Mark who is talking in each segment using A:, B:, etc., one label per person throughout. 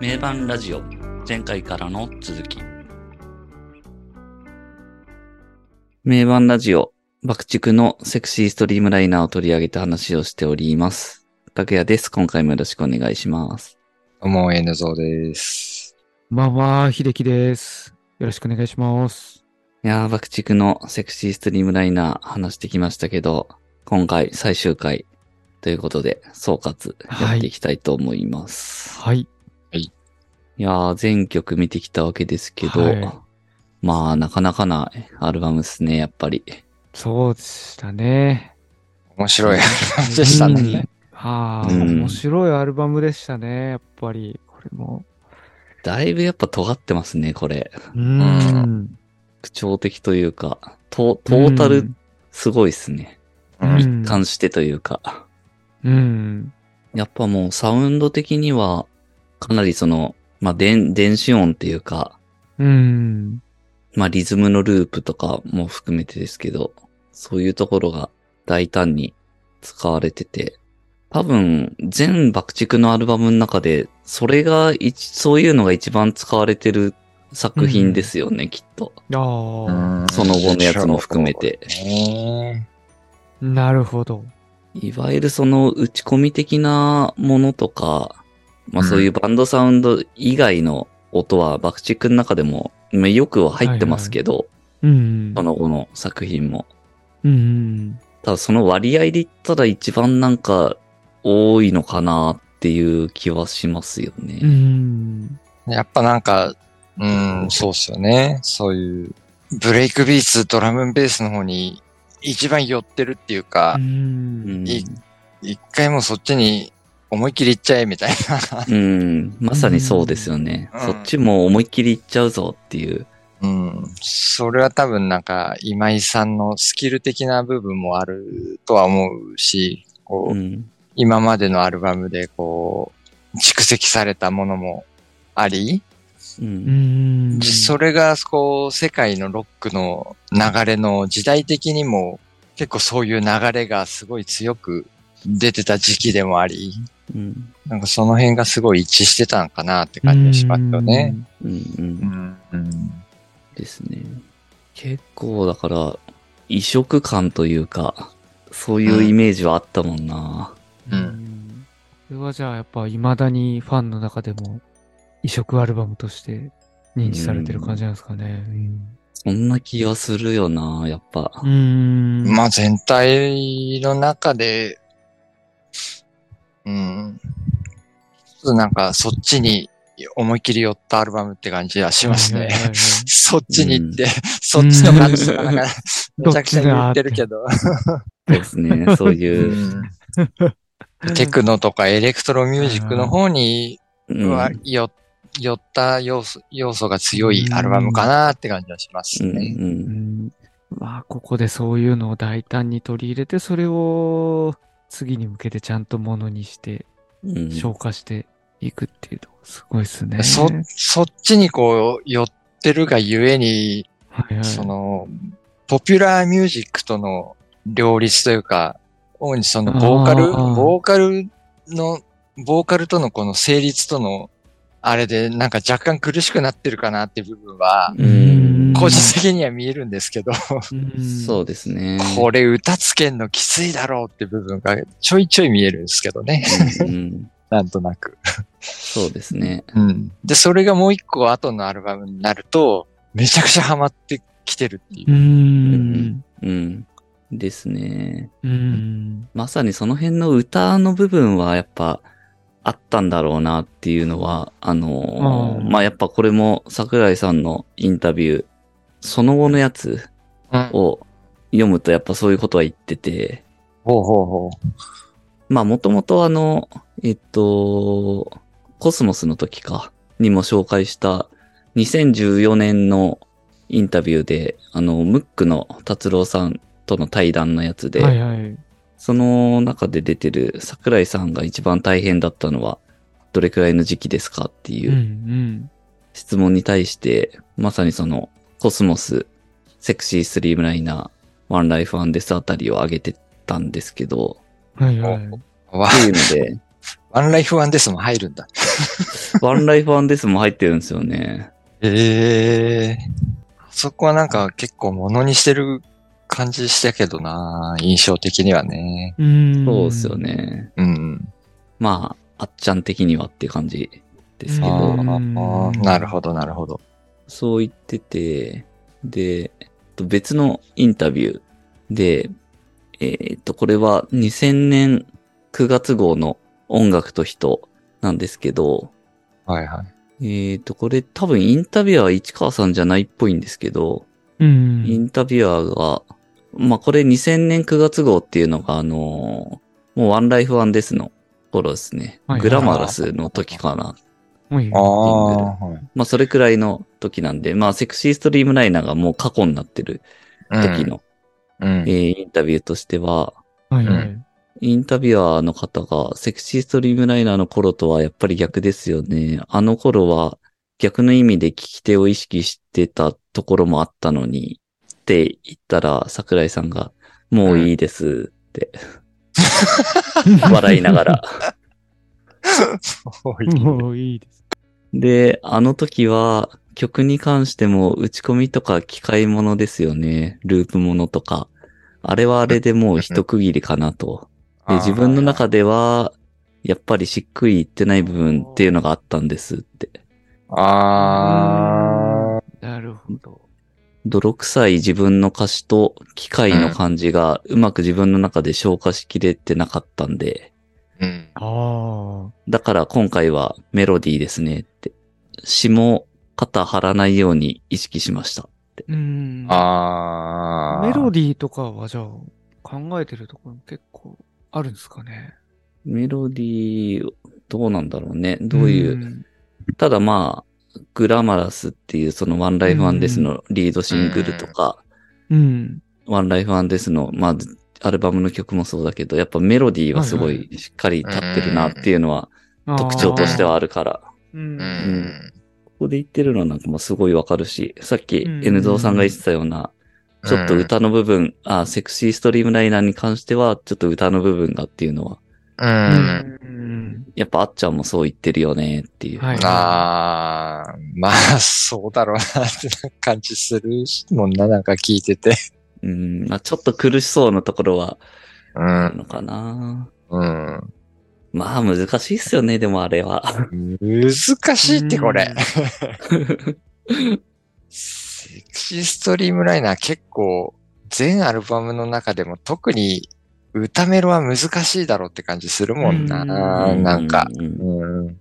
A: 名盤ラジオ前回からの続き名盤ラジオ爆竹のセクシーストリームライナーを取り上げて話をしております拓也です今回もよろしくお願いします
B: どうも、N ゾウです。
C: こんばんは、秀樹です。よろしくお願いします。
A: いやー爆竹のセクシーストリームライナー話してきましたけど今回最終回ということで総括やっていきたいと思います、
C: はい。
A: いやー、全曲見てきたわけですけど、
C: はい
A: まあ、なかなかなアルバムですね、やっぱり。
C: そうでしたね。
B: 面白い話でした
C: うん
B: ね。
C: は
A: う
C: あ、
A: ん
C: 面白いアルバムでしたね、やっぱり。これも。
A: だいぶやっぱ尖ってますね、これ。
C: う。
B: うん
A: 特徴的というか、トトータルすごいっすね。
C: うん
A: 一貫してというか。
C: うん。
A: やっぱもうサウンド的には、かなりその、まあ、電、電子音っていうか、
C: うん。
A: まあ、リズムのループとかも含めてですけど、そういうところが大胆に使われてて、多分、全爆竹のアルバムの中で、それが一、そういうのが一番使われてる作品ですよね、きっと。
C: あ
B: う
C: あ、
B: ん
A: その後のやつも含めて。
B: ね
C: なるほど。
A: いわゆるその打ち込み的なものとか、まあ
B: うん
A: そういうバンドサウンド以外の音は爆竹の中でも、まあよくは入ってますけど、
C: うん
A: そ。の後の作品も。
C: うん。
A: ただその割合で言ったら一番なんか多いのかなっていう気はしますよ
C: う
A: ね。
C: ん。
B: やっぱなんか、うん、そうっすよね。そういう、ブレイクビーツ、ドラムンベースの方に一番寄ってるっていうか
C: う、。
A: うんん。
B: い一回もうそっちに思いっきりいっちゃえみたい
A: うんまさにそうですよね。
B: うん
A: そっちも思いっきりいっちゃうぞっていう。
B: な。うん。それは多分なんか、今井さんのスキル的な部分もあるとは思うし、こ
A: う
B: う、
A: ん。
B: 今までのアルバムでこう、蓄積されたものもあり、
A: う。
C: うんん。
B: それがこう、世界のロックの流れの時代的にも結構そういう流れがすごい強く出てた時期でもあり、
A: うん。
B: なんかその辺がすごい一致してたのかなって感じがしますよね。
A: うん。うん
B: うん。
A: ですね。結構だから、異色感というか、そういうイメージはあったもんな。
B: う
C: うんん。これはじゃあやっぱ未だにファンの中でも異色アルバムとして認知されてる感じなんですかね。
A: そんな気がするよな、やっぱ
C: う。ん。
B: まあ全体の中で、うん。ちょっとなんかそっちに思いっきり寄ったアルバムって感じはします
C: はい
B: ね
C: はい。はいはい
B: そっちに行って、そ
C: うん
B: っちの感じとかなんか、めちゃくちゃ言ってるけど。
A: そうですね。そういう。
B: うんテクノとかエレクトロミュージックの方に
A: うん
B: はよ寄った要素要素が強いアルバムかなって感じはします
A: うんう
B: ね。
C: うんんまあ、ここでそういうのを大胆に取り入れて、それを次に向けてちゃんとものにして、
A: うん
C: 消化していくっていうのがすごいですね。
B: そそっちにこう寄ってるがゆえに、
C: はいはい。
B: そのポピュラーミュージックとの両立というか、主にそのボーカル、
C: あー
B: ボーカルの、ボーカルとのこの成立とのあれでなんか若干苦しくなってるかなって部分は、
A: うん
B: 個人的には見えるんですけど、
C: うん
A: そうですね。
B: これ歌つけんのきついだろうって部分がちょいちょい見えるんですけどね。
A: うんうん
B: なんとなく。
A: そうですね。
B: うん。で、それがもう一個後のアルバムになると、めちゃくちゃハマってきてるっていうう。
C: ん。
A: うん。ですね。
C: うん。
A: まさにその辺の歌の部分はやっぱあったんだろうなっていうのは、あのー
C: あー
A: まあ、やっぱこれも桜井さんのインタビュー、その後のやつ
B: うんほう
A: を読むとやっぱそういうことは言ってて、
B: ほうほ
A: まあもともとあの、えっと、コスモスの時か、にも紹介した2014年のインタビューで、あの、ムックの達郎さんとの対談のやつで、
C: はいはい。
A: その中で出てる桜井さんが一番大変だったのは、どれくらいの時期ですかってい
C: うんう。
A: うん質問に対して、まさにその、コスモス、セクシースリームライナー、ワンライフワンデスあたりを上げてたんですけど、
C: はいはい。
B: う。わ
A: っていうので、
B: ワンライフワンデスも入るんだ。
A: ワンライフワンデスも入ってるんですよね。
B: ええそこはなんか結構物にしてる感じしたけどな、印象的にはね。
C: うん。
A: そうですよ。ね。
B: うん。
A: まあ、あっちゃん的にはって感じですけ
B: あ
A: ど。
B: ーあ
C: うん
B: ー、なるほど、なるほど。
A: そう言ってて、で、えっと別のインタビューで、えーっと、これは2000年9月号の音楽と人なんですけど、
B: はいはい。
A: えーっと、これ多分インタビュアーは市川さんじゃないっぽいんですけど、
C: うん。
A: インタビュアーが、まあ、これ2000年9月号っていうのが、あのーもうワンライフワンですの頃ですね。
C: はい
A: グラマラスの時かな。
C: もういい
B: ああ、はい。
A: まあ、それくらいの時なんで、まあ、セクシーストリームライナーがもう過去になってる時の、
B: うん。
A: えーインタビューとしては、
C: はいは
B: う
C: い。
A: インタビュアーの方が、セクシーストリームライナーの頃とはやっぱり逆ですよね。あの頃は逆の意味で聞き手を意識してたところもあったのに、って言ったら、桜井さんが、もういいですって、笑いなが ら。
B: そういう
C: もういいです。
A: で、あの時は、曲に関しても打ち込みとか機械ものですよね。ループものとか。あれはあれでもう一区切りかなと。で、自分の中では、やっぱりしっくりいってない部分っていうのがあったんですって。
B: あ
C: なるほど。
A: 泥臭い自分の歌詞と機械の感じがうまく自分の中で消化しきれてなかったんで、
B: ーうん。
C: あ
A: だから今回はメロディーですねって。詞も肩張らないように意識しました。
C: あ。うん。
B: ああ。
C: メロディーとかはじゃあ、考えてるところも結構あるんですかね。
A: メロディー、どうなんだろうね。どういうう。
C: ん。
A: ただまあ、グラマラスっていうそのワンライフワンデスのリードシングルとか、
C: うん。
A: ワンライフワンデスの、まあ、アルバムの曲もそうだけど、やっぱメロディーはすご
C: はいはい
A: しっかり立ってるなっていうのは
C: あー
A: 特徴としてはあるから、
C: う。
B: うんん。
A: ここで言ってるのはなんかもうすごいわかるし、さっき
C: うん
A: N ゾーさんが言ってたような、ちょっと歌の部分、あ、セクシーストリームライナーに関しては、ちょっと歌の部分がっていうのは、
B: う。
C: うんん。
A: やっぱあっちゃんもそう言ってるよねっていう。
C: はい
B: ああ、まあ、そうだろうなって感じするもんな、なんか聞いてて。
A: うん、まあちょっと苦しそうなところは
B: う
A: ある
B: ん。
A: のかな。
B: うん。
A: まあ難しいっすよね、でもあれは。
B: 難しいって、これ。セクシーストリームライナー結構、全アルバムの中でも特に歌メロは難しいだろうって感じするもんな、
C: う
B: なんか。
A: う
B: うん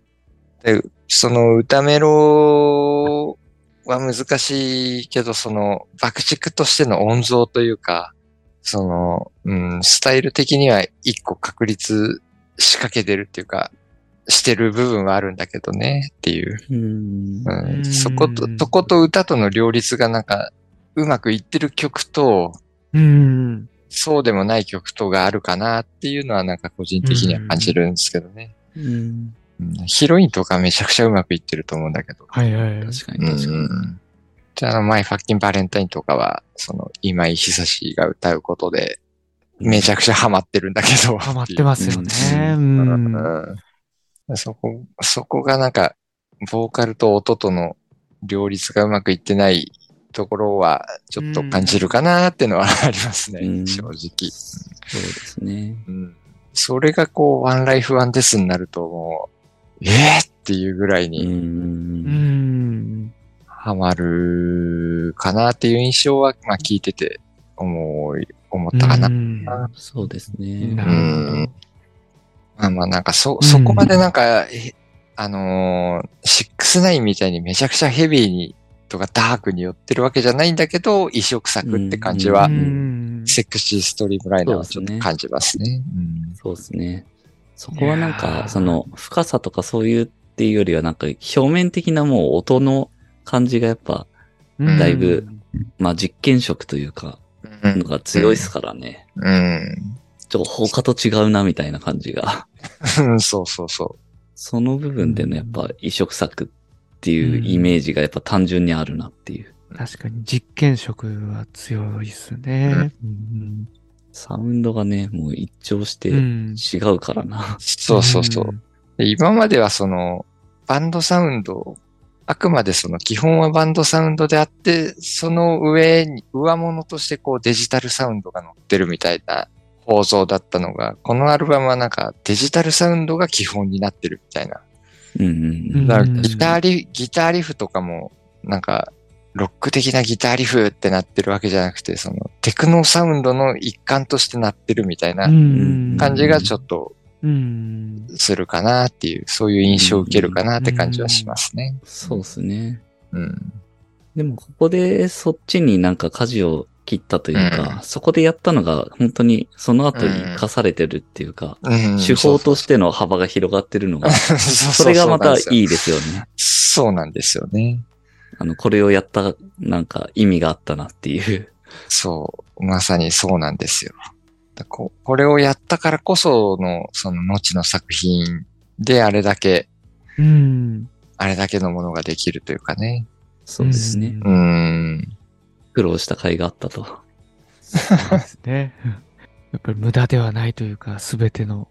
B: で、その歌メロは難しいけど、その爆竹としての音像というか、その、うん、スタイル的には一個確立仕掛けてるっていうか、してる部分はあるんだけどね、っていう。
A: うん
B: うん
C: うん
B: そこと、とこと歌との両立がなんか、うまくいってる曲と、
C: うん。
B: そうでもない曲とがあるかなっていうのはなんか個人的には感じるんですけどね。
A: うん
B: うんヒロインとかめちゃくちゃうまくいってると思うんだけど。
C: はいはい。
A: 確か
B: う
A: に
B: ん
A: 確かに。
B: じゃあ、あの、マイ・ファッキン・バレンタインとかは、その、今井久志が歌うことで、めちゃくちゃハマってるんだけど。
C: ハマってますよね。
B: う
C: う。
B: んん。そこ、そこがなんか、ボーカルと音との両立がうまくいってないところは、ちょっと感じるかなーってのはありますね、
A: うん
B: 正直。
A: そうですね。。
B: うん。それがこう、ワンライフワンデスになるともう、えーっていうぐらいに、
C: うんん。
B: ハマるかなっていう印象は、まあ聞いてて思い、思ったかな。
C: うん
A: そうです
C: な
A: ね。
C: る
B: まあまあなんかそ、
C: うん
B: そこまでなんか、えあのー、シックスナインみたいにめちゃくちゃヘビーにとかダークに寄ってるわけじゃないんだけど、異色作って感じ
C: ほ
B: は、
C: ど。
A: うん
B: セクシーストリームライナーはちょっと感じますね。
A: そうですね。そこはなん
C: いや
A: か
C: ー、
A: その、深さとかそういうっていうよりは、なんか、表面的なもう音の感じがやっぱ、
C: うん
A: だいぶ。まあ実験色というか、
B: うん。うん
A: のが強いっすからね。
B: うん
A: ちょっと他と違うなみたいな感じが。
B: うん。 そうそうそ
A: その部分でのやっぱ異色作っていうイメージがやっぱ単純にあるなっていう。
C: 確かに実験色は強いっすね。うん
A: サウンドがね、もう一聴して
C: うん
A: 違うからな。
B: う。そうそうそう。で今まではその、バンドサウンドを、あくまでその基本はバンドサウンドであって、その上に、上物としてこうデジタルサウンドが乗ってるみたいな構造だったのが、このアルバムはなんかデジタルサウンドが基本になってるみたいな。
A: うんうんうん。
B: だから
C: うん
B: ギターリ、ギターリフとかも、なんか、ロック的なギターリフってなってるわけじゃなくて、そのテクノサウンドの一環としてなってるみたいな
C: うん
B: 感じがちょっと
C: うん。
B: するかなっていう、そういう印象を受けるかなって感じはしますね。
A: そうですね。
B: うん。
A: でもここでそっちになんか舵を切ったというか、
B: う
A: そこでやったのが本当にその後に生かされてるっていうか、
B: うん
A: 手法としての幅が広がってるのが、
B: そうそう
A: それがまたい
B: い。
A: いですよね。
B: そうなんですよね。
A: あの、これをやったなんか意味があったなっていう。
B: そう。まさにそうなんですよ。だここれをやったからこその、その後の作品であれだけ、
C: うん。
B: あれだけのものができるというかね。
A: そうですね。
B: うーん。
A: 苦労した甲斐があったと。
C: そうですね。 やっぱり無駄ではないというか、すべての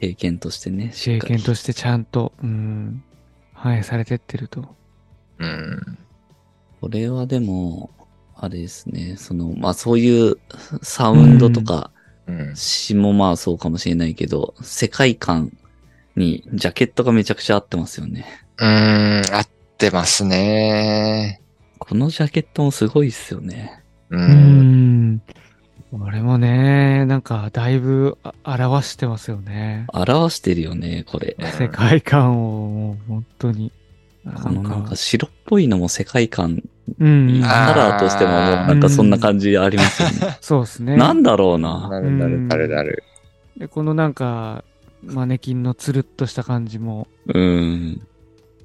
A: 経験としてね。しっ
C: 経
A: かり
C: 験としてちゃんと、うん、反映されてってると。
B: うん。
A: これはでも、あれですね。その、まあそういうサウンドとか、
B: うん。
A: 詩もまあそうかもしれないけど、世界観にジャケットがめちゃくちゃ合ってますよね。
B: うーん。合ってますね。
A: このジャケットもすごいっすよね。
B: う。
C: うんん。俺もね、なんか、だいぶあ表してますよね。
A: 表してるよね、これ。
C: 世界観を、もう本当に。
A: このなんか白っぽいのも世界観、
C: うん。
A: カラーとしてももうなんかそんな感じありますよね。
C: そうです ね。
A: なんだろうな。
B: なるなるなるなる。
C: で、このなんか、マネキンのつるっとした感じも、
A: うん。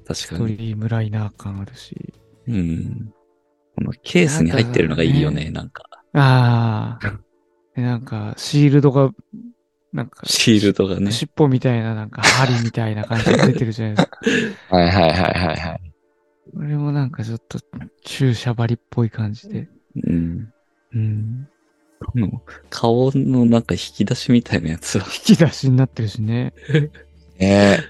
A: 確か
C: ド
A: に。
C: リームライナー感あるし。
A: うん。このケースに入ってるのがいいよね、なんか。
C: ああ。で、なんか、シールドが、なんか、
A: シールドがね。
C: 尻尾みたいな、なんか、針みたいな感じで出てるじゃないです か。
B: はいはいはいはいはい。
C: これもなんかちょっと、注射針っぽい感じで。
A: うん。
C: うん。
A: この顔のなんか引き出しみたいなやつは。
C: 引き出しになってるしね。
B: ね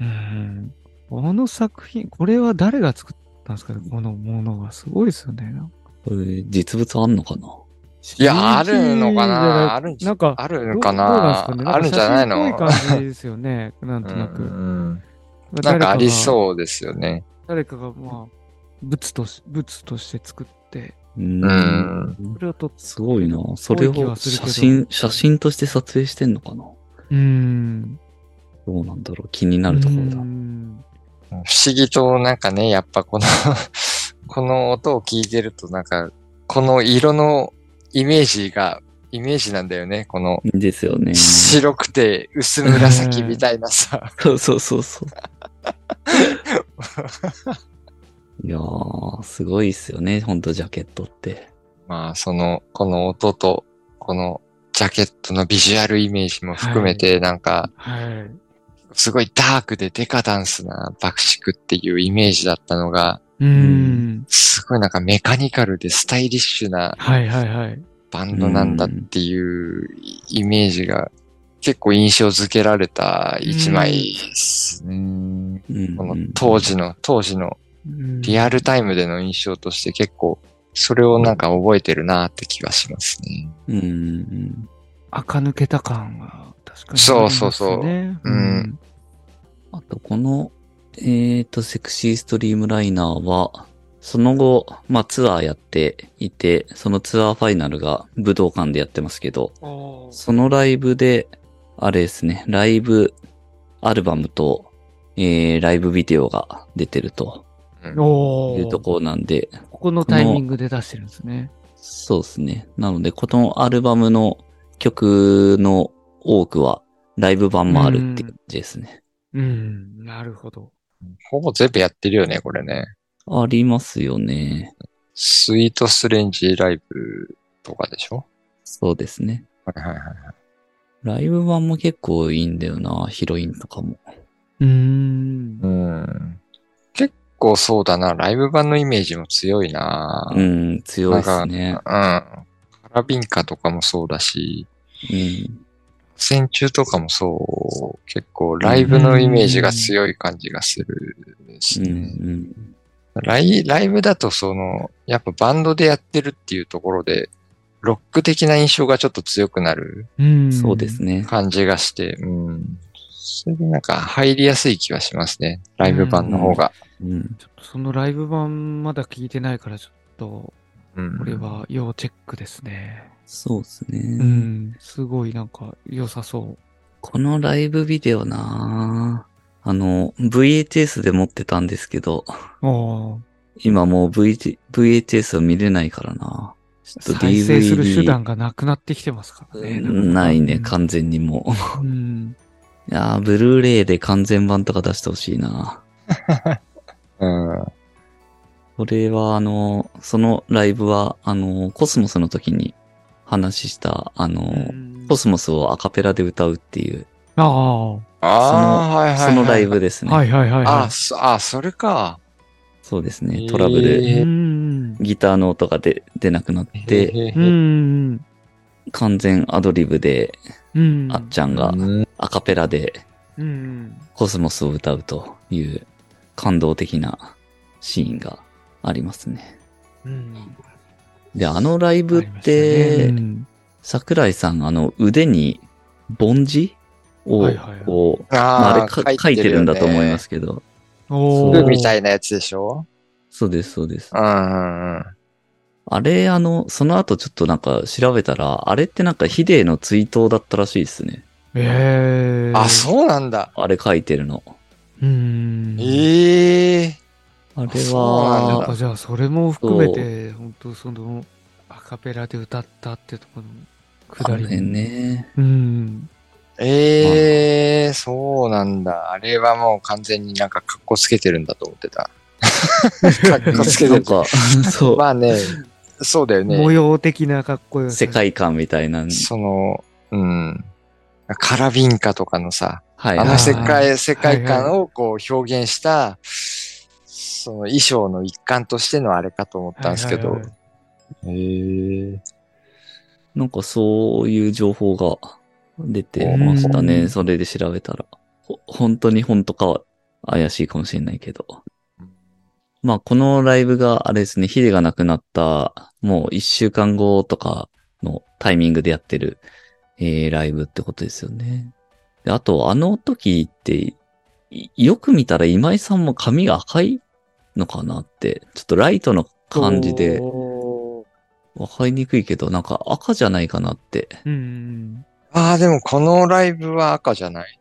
C: うん。この作品、これは誰が作ったんですかねこのものは。すごいですよね。
A: これ実物あんのかない
B: や、あ
C: CG
B: るのか
C: じゃ
B: ないあるんじ
C: なんか、
B: あるのか
C: どう
B: なん
C: ですかね
B: あるんじゃないの
C: んか写真っぽい感じですよね。なんとな
B: う
C: く。
B: んなんかありそうですよね。
C: 誰かが、まあ、物とし、物として作って、
A: う
B: うん。
C: それをと、
A: すごいな。それ
C: 多い気
A: を
C: はするけ
A: 写
C: ど
A: 真、写真として撮影してんのかな
C: うーん。
A: どうなんだろう気になるところだ
C: うー。ん
B: 不思議となんかね、やっぱこの、 この音を聞いてるとなんか、この色のイメージが、イメージなんだよね。この
A: ですよね。そ
B: 白くて薄紫みたいな さ。
A: うそうそうそう。 いやー、すごいっすよね。ほんとジャケットって。
B: まあ、その、この音と、このジャケットのビジュアルイメージも含めて、なんか、
C: はい。
B: すごいダークでデカダンスな爆竹っていうイメージだったのが、
C: うーん。
B: すごいなんかメカニカルでスタイリッシュな
C: はいはいはい。
B: バンドなんだっていうイメージが結構印象づけられた一枚です
A: う
B: ね。
A: ん
B: この当
A: う
B: 時の、当時のリ
C: ア
B: アルタイムでの印象として結構それをなんか覚えてるなって気がしますね。
A: んうんうん。
C: 垢抜けた感が、確かに、
B: そうそうそう
C: うん。
B: うん
A: あと、この、えっと、セクシーストリームライナーは、その後、まあツアーやっていて、そのツアーファイナルが武道館でやってますけど、
C: おー
A: そのライブで、あれですね、ライブアルバムと、えー、ライブビデオが出てると
C: お
A: いうと
C: ー
A: ころなんで、
C: ここのタイミングで出してるんですね。
A: そうですね。なので、このアルバムの曲の多くは、ライブ版もあるっていう感じですね。
C: うん。なるほど。
B: ほぼ全部やってるよね、これね。
A: ありますよね。
B: スイートストレンジライブとかでしょ
A: そうですね。
B: はいはいはい。
A: ライブ版も結構いいんだよな、ヒロインとかも。
C: うーん。
B: うん。結構そうだな。ライブ版のイメージも強いな。
A: うん、強いですね
B: うん。。カラビンカとかもそうだし、
A: うん。
B: 戦中とかもそう、結構ライブのイメージが強い感じがするし、
A: うん
B: ねライライブだとその、やっぱバンドでやってるっていうところで、ロック的な印象がちょっと強くなる
A: うんそうです
C: ね。
A: ね。
B: 感じがして、うん。それでなんか入りやすい気はしますね。ライブ版の方が。
A: うん。
C: ちょっとそのライブ版まだ聞いてないから、ちょっと、
B: うん
C: これは要チェックですね。
A: そうですね。
C: うん、すごいなんか良さそう。
A: このライブビデオなぁあの、VHS で持ってたんですけど、
C: ああ、
A: 今もう VT VHS を見れないからなちょっと DVD
C: 再生する手段がなくなってきてますからね。
A: ないね、
C: か
A: 完全にもう。
C: うん。
A: いやー、ブルーレイで完全版とか出してほしいな
B: うん。
A: これはあの、そのライブは、あの、コスモスの時に話した、あの、コスモスをアカペラで歌うっていう、
C: ああ、は
B: ああ、はいはい、は
A: そ
B: い。
A: のライ。ブです
C: い
A: ね。
C: はいはいはい。
B: あーそあー、それか。
A: そうですね、トラブル。
B: へー
C: うん。
A: ギターの音が出出なくなっ
B: で
A: て、、
C: うん。
A: 完全アドリブで、
C: うん。
A: あっちゃんが
B: うん
A: アカペラで
C: うん。
A: コスモスを歌うという感動的なシーンがありますね。
C: うん。
A: で、あのライブって、桜井さん、あの、腕に、凡字を、
C: はいはいはい
A: こう、まあ、あ
B: あ
A: れか
B: ー
A: 書いてるんだと思いま。
B: よね
A: すけど、
C: お
B: 服み
C: ー
B: たいなやつでしょ
A: そうです、そうです。
B: うんうんうん。
A: あれ、あの、その後ちょっとなんか調べたら、あれってなんかヒデの追悼だったらしいですね。
C: ええ。
B: あ、そうなんだ。
A: あれ書いてるの。
C: うん。
B: ええ
A: あれ
B: そうなん
C: なん
A: は
B: だ、
C: かじゃあそれも含めて、本当その、アカペラで歌ったってところのく
A: あ
C: だ
A: れ
C: り。。
A: ね、
C: うん。
B: ええそうなんだ。あれはもう完全になんか格好つけてるんだと思って た。格好つけ
A: な
B: て
A: ん
B: る。
A: か、そ
B: まあね、そうだよ
C: 模
B: ね。
C: 様的なかっこよ
A: う、
C: さ。
A: 世界観みたいな。
B: その、うん。カラビンカとかのさ、
A: はい。
B: あの世
C: は
B: 界、世界観をこう表現した、その衣装の一環としてのあれかと思ったんですけ
C: は
B: ど
C: いはい。
B: へえ
A: なんかそういう情報が出てました
C: う
A: ね。
C: ん
A: それで調べたら。ほ本当に本当かは怪しいかもしれないけど。まあこのライブがあれですね、ヒデが亡くなったもう一週間後とかのタイミングでやってる、えーライブってことですよね。であとあの時って、いよく見たら今井さんも髪が赤いのかなって、ちょっとライトの感じで
C: おー
A: わかりにくいけど、なんか赤じゃないかなって
C: うん。
B: ああ、でもこのライブは赤じゃない。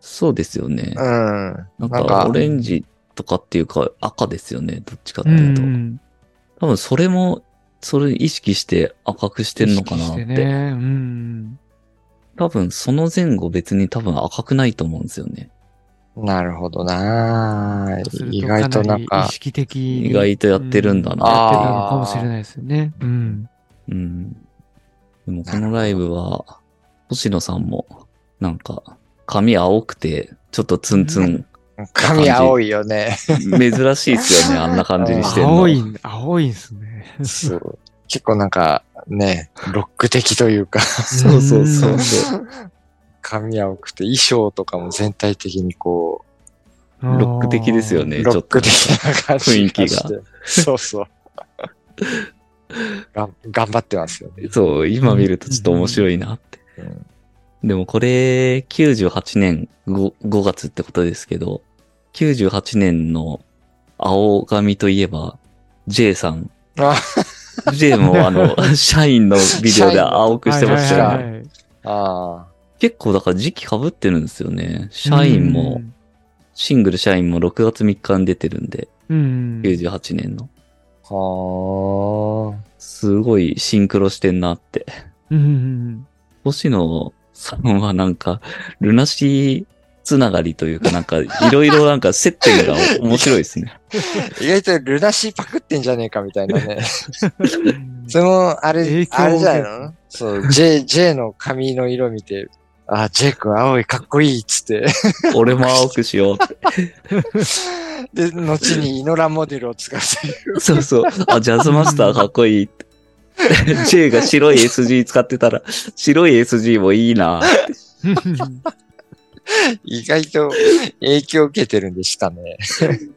A: そうですよね
B: う。ん。
A: なん
B: なん
A: か
B: か、
A: オレンジとかっていうか赤ですよね。どっちかって
C: う
A: いうと。
C: ん。
A: 多分それも、それ意識して赤くしてるのかなって。
C: 意識してね。うん。
A: 多分その前後別に多分赤くないと思うんですよね。
B: なるほどな
C: そうする
B: 意外となん
C: なり
B: か
C: 意、識的に。
A: 意外とやってるんだ
C: うや
A: な
C: って
A: っ
C: る
A: ていう。
C: のかもしれないですよね。うん。
A: うん。でもこのライブは、星野さんも、なんか、髪青くて、ちょっとツンツン、
B: 髪青いよね。
A: 珍しいですよね、あんな感じにしてるの。
C: 青い、青いんすね。
B: そう結構なんか、ね、ロック的という か、
A: そうそうそう そう。
B: 髪青くて衣装とかも全体的にこ
C: うん
A: ロック的ですよね
B: う、
A: え
B: ロック的な感じ
A: ちょっと
B: して。そうそう。が頑張ってますよね。
A: そう、今見るとちょっと面白いなって。
B: うん
A: でもこれ、98年 5, 5月ってことですけど、98年の青髪といえば、J さん。
B: あ
A: J もあ の、社員のビデオで青くしてました
B: は
A: よ
B: いはい
A: ね。
B: は
C: ら。
B: あ
A: 結構だから時期被ってるんですよね。社員も、シングル社員も6月3日に出てるんで、
C: うん、うん。
A: 98年の。
B: あ。はあ。
A: すごいシンクロしてんなって。
C: うん。
A: 星野さんはなんか、ルナシーつながりというか、なんか、いろいろなんか接点が面白いです ね。
B: 意外とルナシーパクってんじゃねえかみたいな ね。それ
C: れ
B: も、あ
C: 影
B: れ、
C: 響を
B: あれじゃない
C: 受
B: の そう、J、J の髪の色見て、あ、J 君青いかっこいいっつって。
A: 俺も青くしようって。
B: で、後にイノラモデルを使うという。
A: そうそう。あ、ジャズマスターかっこいいって。 J が白い SG 使ってたら、白い SG もいいな。
B: 意外と影響受けてるんでしたね。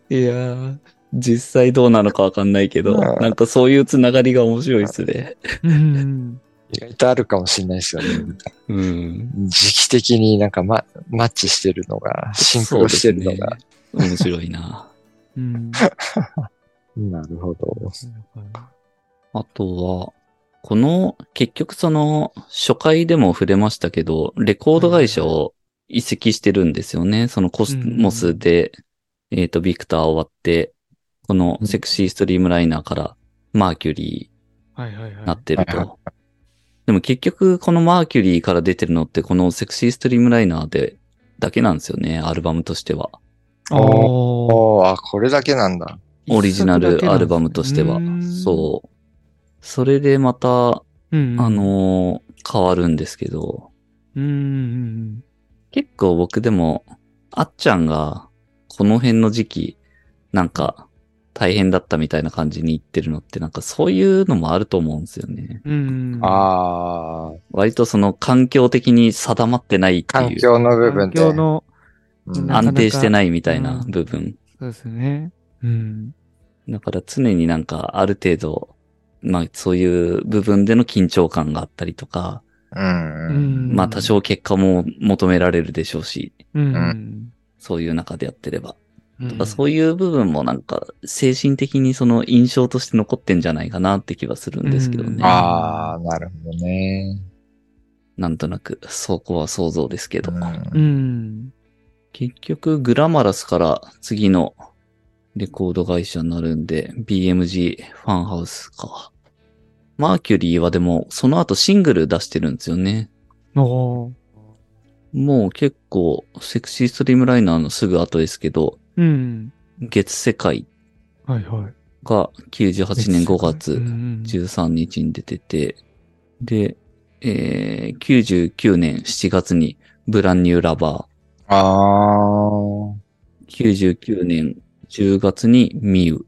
A: いやー、実際どうなのかわかんないけど、
B: うん
A: なんかそういうつながりが面白いですね。
C: うん
B: 意外とあるかもしれないですよね。
A: うん。
B: 時期的になんかママッチしてるのが、進行してるの
A: そうで
B: が。
A: すね。面白いな。
C: うん
B: なるほど。
A: あとは、この、結局その、初回でも触れましたけど、レコード会社を移籍してるんですよね。そのコスモスで、えっ、と、ビクター終わって、このセクシーストリームライナーから、マーキュリー、
C: はいはいは
A: なってる
B: はいは
A: と。でも結局、このマーキュリーから出てるのって、このセクシーストリームライナーで、だけなんですよね、アルバムとしては。
C: い。おー
B: おーあ、これだけなんだ。
A: オリジナルアルバムとしては。そう。それでまた、あ
C: うん。うん、
A: のー変わるんですけど、
C: うんうん
A: 結構僕でも、あっちゃんが、この辺の時期、なんか、大変だったみたいな感じに言ってるのって、なんかそういうのもあると思うんですよね。
C: うん、うんうん。
B: ああ、
A: 割とその環境的に定まってないっていう。
B: 環境の部分
C: 環
B: で。
C: 境の、
B: うん
C: な
A: 安定してないみたいな部分。
C: そうですね。うん。
A: だから常になんかある程度、まあそういう部分での緊張感があったりとか、
B: うん
C: う
B: うん
C: ん
A: まあ多、少結果も求められるでしょうし、
C: うん。
A: そういう中でやってれば。
C: うん
A: だからそういう部分もなんか精神的にその印象として残ってんじゃないかなって気はするんですけど
C: うん
A: ね。
B: ああ、なるほどね。
A: なんとなく、そこは想像ですけど。
B: うん
C: うん。
A: 結局、グラマラスから次のレコード会社になるんで、BMG ファンハウスか。マーキュリーはでも、その後シングル出してるんですよね。
C: おー
A: もう結構、セクシーストリームライナーのすぐ後ですけど、
C: うん。
A: 月世界
C: はいはい。
A: が98年5
C: う
A: 月
C: ん
A: 13日に出てて、で、えー99年7月にブランニューラバ
B: ああ、ほ
A: ー、99年10月にミウ、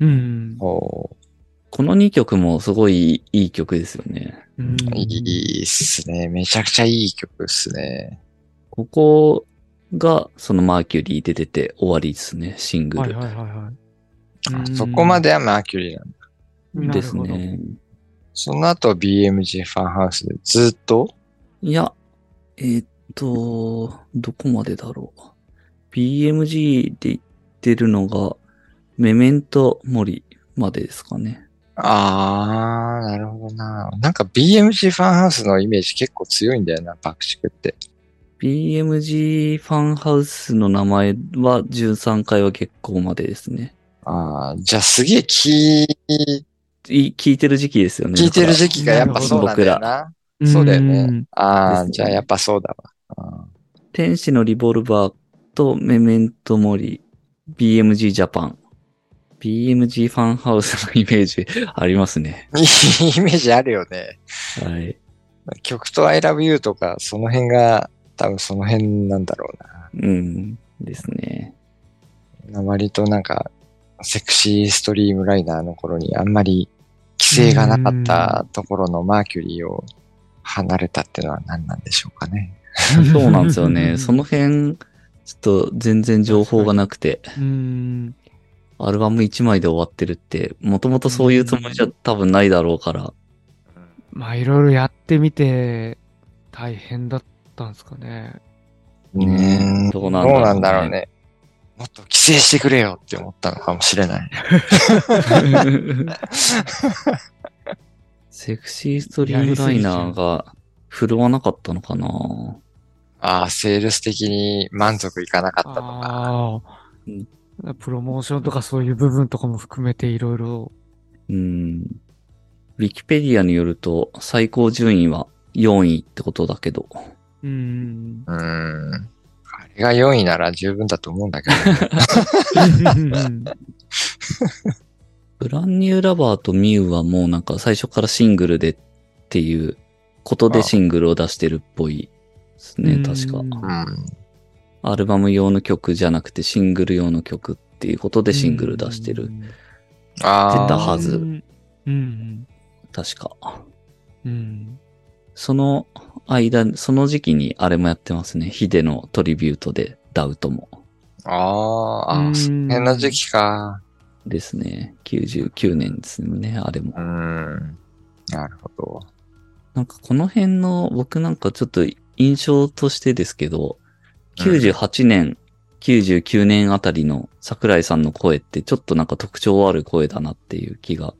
C: うん。
B: う
A: この2曲もすごいいい曲ですよね。
C: うん
B: いいっすね。めちゃくちゃいい曲っすね。
A: ここが、そのマーキュリーで出て終わりですね、シング
C: はい
A: ル
C: はいはいはい
B: あ
C: うん。
B: そこまではマーキュリーなんだ。
A: です
C: なる
A: ね。
B: その後 BMG ファンハウスでずっと
A: いや、えーっと、どこまでだろう。BMG で言ってるのが、メメントモリまでですかね。
B: ああ、なるほどな。なんか BMG ファンハウスのイメージ結構強いんだよな、爆竹って。
A: BMG ファンハウスの名前は13回は結構までですね。
B: ああ、じゃあすげえ聞い
A: い聞いてる時期ですよね。
B: 聞いてる
A: だから
B: 時期がやっぱそうなんだよな。
C: ほど
B: そうだよね。
C: ん
B: ああ、
A: ですね
B: じゃあやっぱそうだわ。
A: 天使のリボルバーとメメントモリ、BMG ジャパン。BMG ファンハウスのイメージ ありますね。
B: うん いいイメージあるよね。
A: はい。
B: 曲と I love you とか、その辺が、多分その辺なんだろ
A: うん。ですね。
B: うな。割となんか、セクシーストリームライナーの頃にあんまり規制がなかったところのマーキュリーを離れたってのは何なんでしょうかね。
A: そうなんですよ ね。その辺、ちょっと全然情報がなくて、
C: うん。
A: アルバム1枚で終わってるって、もともとそういうつもりじゃ多分ないだろうから、
C: まあいろいろやってみて大変だったんですかね。
A: ね
B: うん
A: ど
B: ど
A: う
B: う
A: なだろう
B: なん
A: ね
B: んだろうね。もっと規制してくれよって思ったのかもしれない。
A: セクシーストリームライナーが振るわなかったのかな
B: ああ、セールス的に満足いかなかったのか。
C: ああ。プロモーションとかそういう部分とかも含めていろいろ。
A: うん。ウィキペディアによると、最高順位は4位ってことだけど。
C: うん。
B: うーん。あれが4位なら十分だと思うんだけど。
A: ブランニューラバーとミウはもうなんか最初からシングルでっていうことで
B: あ
A: シングルを出してるっぽいですね、確か。
B: うん。
A: アルバム用の曲じゃなくてシングル用の曲っていうことでシングル出してる。
C: うん。
B: あ
A: 出た
B: あ。
A: はず
C: うん。うん。
A: 確か。
C: うん。
A: その間、その時期にあれもやってますね。ヒデのトリビュートで、ダウトも。
B: ああ、あ
C: う
B: あ、
C: ん
B: 変な時期か。
A: ですね。99年ですよね、あれも
B: う。ん。なるほど。
A: なんかこの辺の僕なんかちょっと印象としてですけど、98年、99年あたりの桜井さんの声ってちょっとなんか特徴ある声だなっていう気が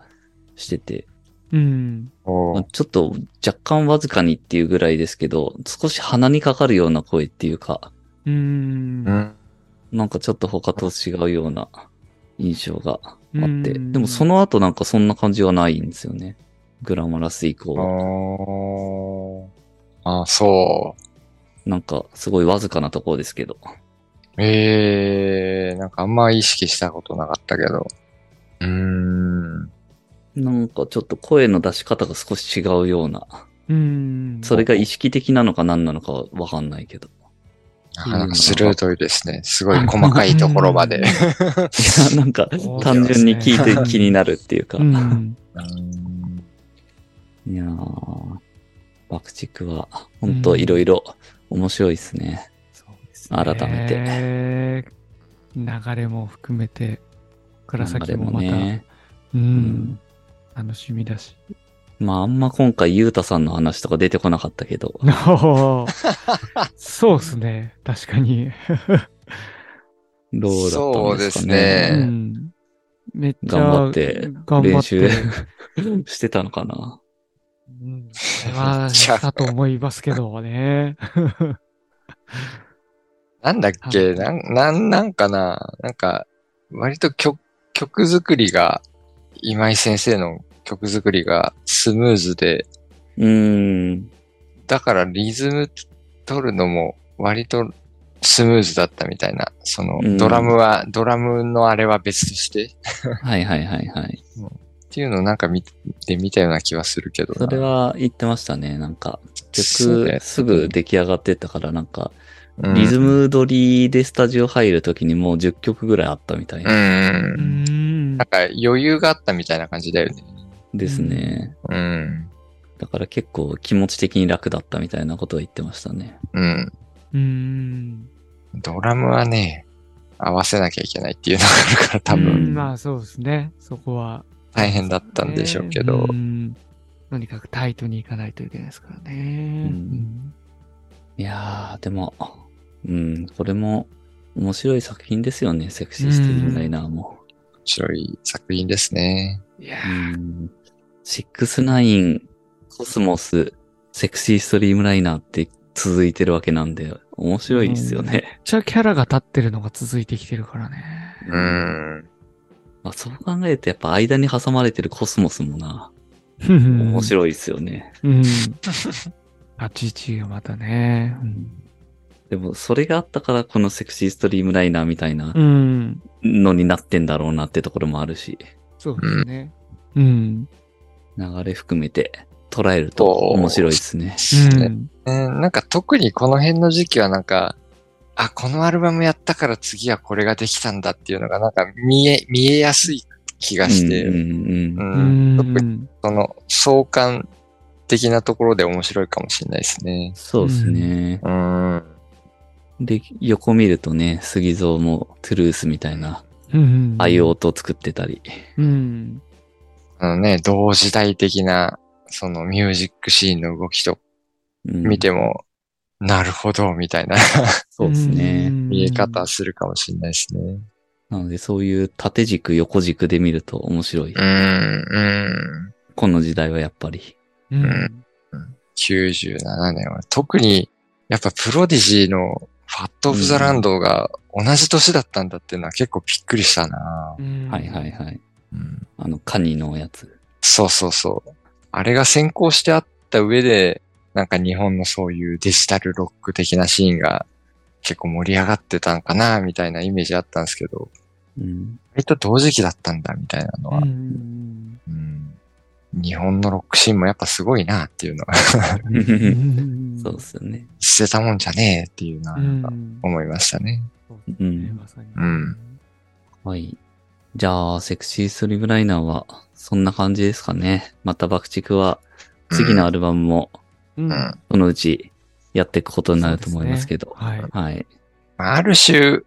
A: してて、
C: うん。
B: お
A: まあ
B: ー
A: ちょっと若干わずかにっていうぐらいですけど、少し鼻にかかるような声っていうか、
C: う。
B: うんん。
A: なんかちょっと他と違うような印象があって、
C: うん
A: でもその後なんかそんな感じはないんですよね。グラマラス以降は。
B: おーああ、そ
A: なんかすごいわずかなところですけど。
B: う。ええなんかあんま意識したことなかったけど。うーん。
A: なんかちょっと声の出し方が少し違うような。
C: うん。
A: それが意識的なのか何なのかわかんない けど。
B: なかなか鋭いですね。すごい細かいところまで。
A: いや、なんか
C: そう
A: 単純に聞
C: です
A: い
C: ね
A: て気になるっていうか。
C: うん。
B: うん
A: いやー、爆竹は本当いろいろ面白いですね。
C: そうです
A: 改めて
C: て。流れも含めて、
A: あ
C: から先もまた、
A: ね。
C: う
A: うんん。。
C: 楽しみだし。
A: まああんま今回ゆうたさんの話とか出てこなかったけ ど。
C: おーそうですね。確かに。
A: どうだったんですか
B: ええ
C: う
A: ね。
C: ん。めっちゃ
A: 頑張って
C: 頑張
A: 練
C: って
A: 習 してたのかな。
C: うんそれは、したと思いますけどね。
B: なんだっけなん、なん、なんかななんか、割と曲、曲作りが、今井先生の曲作りがスムーズで、
A: うーん。
B: だからリズム取るのも割とスムーズだったみたいな。その
A: うん、
B: ドラムは、ドラムのあれは別として、っ
A: はいはいはいはい。
B: ていうのをなんか見て見たような気はするけどな。
A: それは言ってましたね。なんか、
B: そうだよ
A: 曲すぐ出来上がってったから、なんか、
B: うん、
A: リズム取りでスタジオ入るときにもう10曲ぐらいあったみたい
B: うん。
C: う
B: なん
C: ん。
B: か余裕があったみたいな感じだよね。
A: ですね。
B: うん。
A: だから結構気持ち的に楽だったみたいなことを言ってましたね。
B: うん。
C: うん。
B: ドラムはね、合わせなきゃいけないっていうのがあるから多分。
C: うんまあそうですね。そこは。
B: 大変だったんでしょうけど
C: ね。んとにかくタイトに行かないといけないですからね。
A: んいやー、でも、うん、これも面白い作品ですよね。セクシーシティディンライナーも。
B: 面白い作品ですね。
C: うんいや
A: う
C: ー
A: ん。シックスナイン、コスモス、セクシーストリームライナーって続いてるわけなんで、面白いですよね。
C: めっちゃキャラが立ってるのが続いてきてるからね。
B: うん。
A: まあ、そう考えるとやっぱ間に挟まれてるコスモスもな、面
C: い。
A: 白いですよね。
C: うん。立ち位置がまたね。
A: でもそれがあったからこのセクシーストリームライナーみたいな
C: うん。
A: のになってんだろうなってところもあるし、
C: そうですね。うん。
A: 流れ含めて捉えると面白いですね。
C: うん。
B: ねなんか特にこの辺の時期はなんか、あ、このアルバムやったから次はこれができたんだっていうのがなんか見え、見えやすい気がして、
A: う
B: うん
A: んうんうん
C: うん
B: 特にその相関的なところで面白いかもしれないですね。
A: そうですね。
B: うん。
A: で、横見るとね、杉蔵もトゥルースみたいな、
C: うん
A: ああいう音を作ってたり。
C: うん。
B: あのね、同時代的な、そのミュージックシーンの動きと
A: うん
B: 見ても、なるほど、みたいな
A: そうですね。
C: うん
B: 見え方するかもしれないですね。
A: なのでそういう縦軸、横軸で見ると面白い。
B: うん、うん。
A: この時代はやっぱり。
C: うん。
B: 97年は特に、やっぱプロディジーのファット・オブ・ザ・ランドが同じ年だったんだっていうのは結構びっくりしたな、
C: うん
A: はいはいはい。
B: うん
A: あの、カニのやつ。
B: そうそうそう。あれが先行してあった上で、なんか日本のそういうデジタルロック的なシーンが結構盛り上がってたんかなみたいなイメージあったんですけど、
A: うん。
B: 割と同時期だったんだみたいなのは、
C: うん
B: うん日本のロックシーンもやっぱすごいなっていうのが
C: うん
A: そうっすよね。
B: 捨てたもんじゃねえっていうのは
C: うん。
B: 思いましたね。
A: う
C: ね
A: ん。
C: まさに。
B: うん
A: はい。じゃあ、セクシースリブライナーは、そんな感じですかね。また爆竹は、次のアルバムも、
C: うん
B: うん
A: そのうち、やっていくことになると思いますけど。
C: はい。
A: はい。
B: ある種、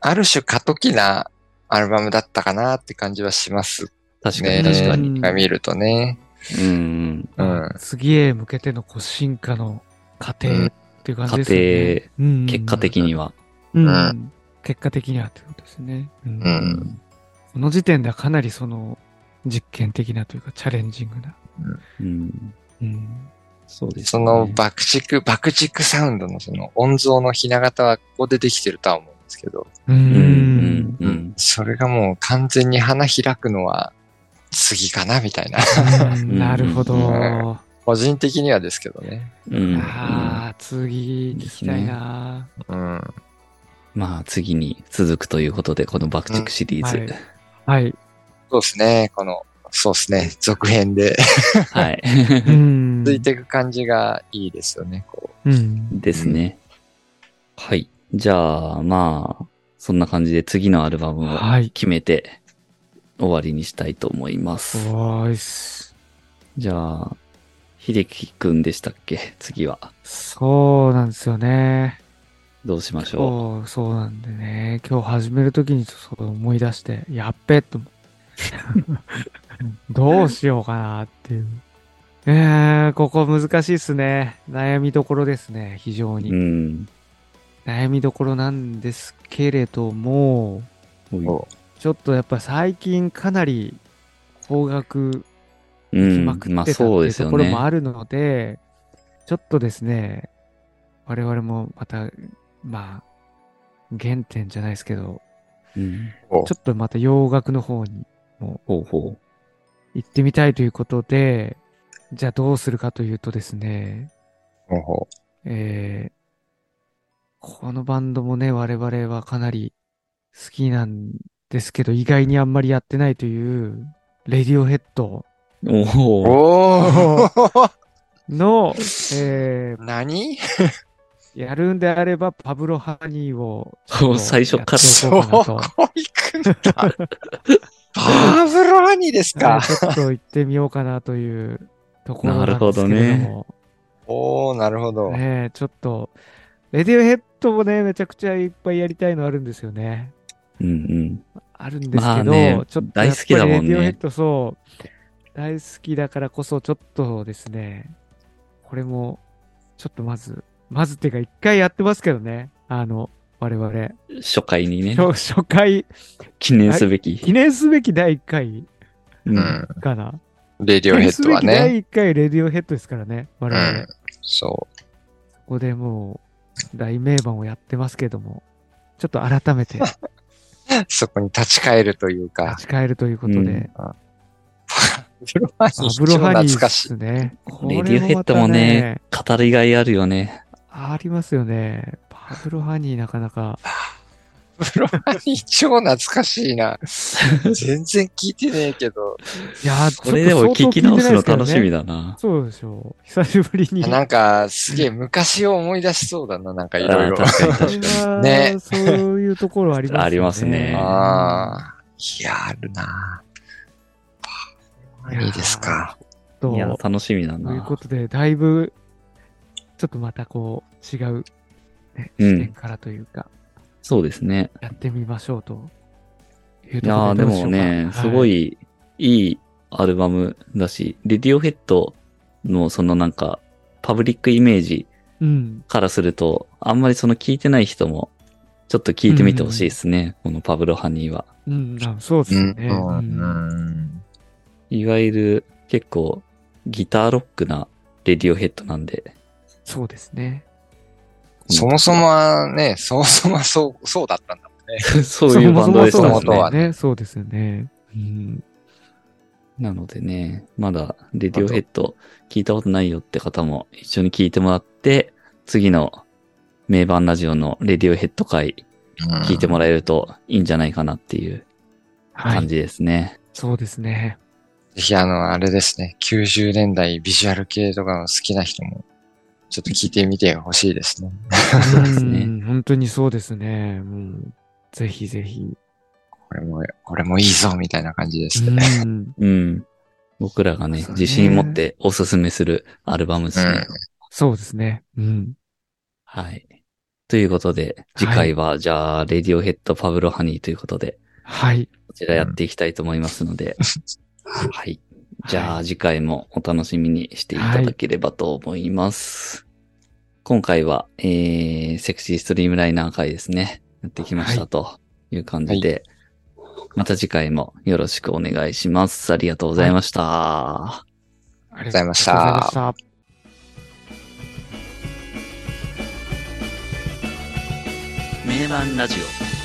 B: ある種過渡期なアルバムだったかなって感じはします
A: 確か
B: ね。
A: に、確かに。
C: に
B: 今見るとね。
A: うん。
B: うん。
C: 次へ向けてのこう進化の過程っていう感じですよね。過程
A: 結果的には。
C: うん、
B: う
C: 結果的にはってことですね。うん
B: うん
C: この時点ではかなりその実験的なというかチャレンジングな。
A: うん。
C: うん
A: そうです、
B: その、爆竹、爆竹サウンドのその音像のひな形はここでできてるとは思うんですけど、
C: う
A: うんん。うん。うん。
B: それがもう完全に花開くのは次かなみたいな。
C: うんなるほど。
B: うん個人的にはですけどね。
A: うんうん
C: ああ、次聞きたいな。
B: うん。
A: まあ、次に続くということで、この爆竹シリーズ。
C: うんはい。
B: そうですね。この、そうですね。続編 で
A: はい。
C: うん
B: 続いていく感じがいいですよね。こう
C: うん。
A: ですね。はい。じゃあ、まあ、そんな感じで次のアルバムを
C: はい。
A: 決めて終わりにしたいと思います。
C: おーいっす。
A: じゃあ、秀樹くんでしたっけ次は。
C: そうなんですよね。
A: どうしましょ
C: そう、そうなんでね。今日始めるときにちょっと思い出して、 やっべと思って。どうしようかなっていう。えー、ここ難しいっすね。悩みどころですね、非常
A: う。
C: に。
A: うん。
C: 悩みどころなんですけれども、
A: う
C: ちょっとやっぱ最近かなり方角き
A: ん。
C: まく
A: ま
C: っ
A: あ
C: てたっ
A: そう
C: てい
A: で
C: う
A: す
C: と
A: よ
C: ころも
A: ね。
C: あるので、ちょっとですね、我々もまた、まあ、原点じゃないですけど、
A: うん
C: ちょっとまた洋楽の方に
A: ほうほ
C: 行ってみたいということで、じゃあどうするかというとですね、
B: ほうほ
C: えーこのバンドもね、我々はかなり好きなんですけど、意外にあんまりやってないという、レディオヘッド
A: う。お
B: う
A: お。
B: お ー
C: の、え
B: 何
C: ーやるんであれば、パブロ・ハニーをちょっと
A: そう最初から
B: そ
C: やっておこうか
B: こ
C: なと
B: 行くんだ。バーブロハニーですか
C: はい。ちょっと行ってみようかなというところなんですけれども。
A: なるほどね
B: おー、なるほど。
C: ねえ、ちょっと、レディオヘッドもね、めちゃくちゃいっぱいやりたいのあるんですよね。
A: うんうん。
C: あるんですけど、
A: まあね
C: ちょっと
A: 大好きだもんね
C: やっぱりレディオヘッドそう、大好きだからこそ、ちょっとですね、これも、ちょっとまず、まずっていうか、一回やってますけどね、あの、我々、
A: 初回にね、
C: 初初回、
A: 記念すべき。
C: 記念すべき第1回
A: う
B: うんん。
C: かな。
B: レデ
C: 記
B: ィオヘ
C: 念
B: ッ
C: す
B: ド
C: べ
B: は
C: き
B: ね。
C: 第1回、レディオヘッドですからね、我々。
B: うんそ
C: ここでもう大名盤をやってますけども、ちょっと改めて
B: う。そこに立ち返るというか。
C: 立ち返るということ
A: うん
C: で、
B: バブロハニ
C: ア
B: ー、
C: ブロハ
B: 超懐
C: ニーで
B: かしい。
C: すね。これ
A: レディオヘッドもね、語りがいあるよ ね。
C: またね、ありますよね。パブロハニーなかなか、
B: アブロハニー、超懐かしいな。全然聞いてねえけど。
C: いや ー、
A: これでも
C: ちょ
A: 聞
C: っと
A: き直すの
C: 相当
A: 楽し
C: 聞いてないですけどね
A: みだな。
C: そうでしょう。久しぶりに。
B: なんか、すげえ昔を思い出しそうだな、なんかいろい
A: あー
B: ろ。
A: 確かに
C: こ
A: 確
C: れ
A: かに。
C: は
B: ね
C: そういうところありますよ ね。
A: ありますね
C: あ。
B: ああ。いや、あるな。バブロハニーですか。
C: と
A: いや、楽しみだ
C: という
A: な
C: こ。とで、だいぶ、ちょっとまたこう、違う、ね、
A: うん
C: 視点からというか、
A: そうですね。
C: やってみましょうという
A: い
C: とこ
A: やー
C: ろ
A: で
C: どうしよ
A: も
C: うか
A: ね、
C: は
A: すごいいいアルバムだし、レディオヘッドのそのなんか、パブリックイメージ
C: うん。
A: からすると、あんまりその聞いてない人も、ちょっと聞いてみてほしいですね、このパブロハニーは。
C: うん、あそうですね。
B: うん
C: うん
B: うん
A: いわゆる結構ギターロックなレディオヘッドなんで。
C: そうですね。
B: そもそもはね、そもそもはそう、そうだったんだもんね。
A: そういうバンドでし
C: そ
A: た
C: も
A: も
C: そ
A: ん
C: も
B: 元
A: ね。
B: は
C: ね。そうですよね。うん。
A: なのでね、まだレディオヘッド聞いたことないよって方も一緒に聞いてもらって、次の名盤ラジオのレディオヘッド会聞いてもらえるといいんじゃないかなっていう
C: は
A: 感
C: い。
A: じですね。
C: そうですね。
B: ぜひあの、あれですね、90年代ビジュアル系とかの好きな人も、ちょっと聞いてみてほしいですね。
C: そう
A: ですね
C: ん、本当にそうですね。うん、ぜひぜひ。
B: これも、これもいいぞ、みたいな感じですね。
C: うん。
A: うん。僕らがね、
C: そうね
A: 自信持っておすすめするアルバムですね。
B: うん
C: そうですね。うん。
A: はい。ということで、次回は、じゃあ、レディオヘッドパブロハニーということで、
C: はい。
A: こちらやっていきたいと思いますので、はい。じゃ
C: は
A: あ、次回もお楽しみにしていただければと思います。今回は、えー、セクシーストリームライナー会ですね。やってきましたという感じで、また次回もよろしくお願いします。ありがとうございました。
C: ありがとう
B: ございまし
C: ありがとうござい
B: た
C: ました。
A: 名盤ラジオ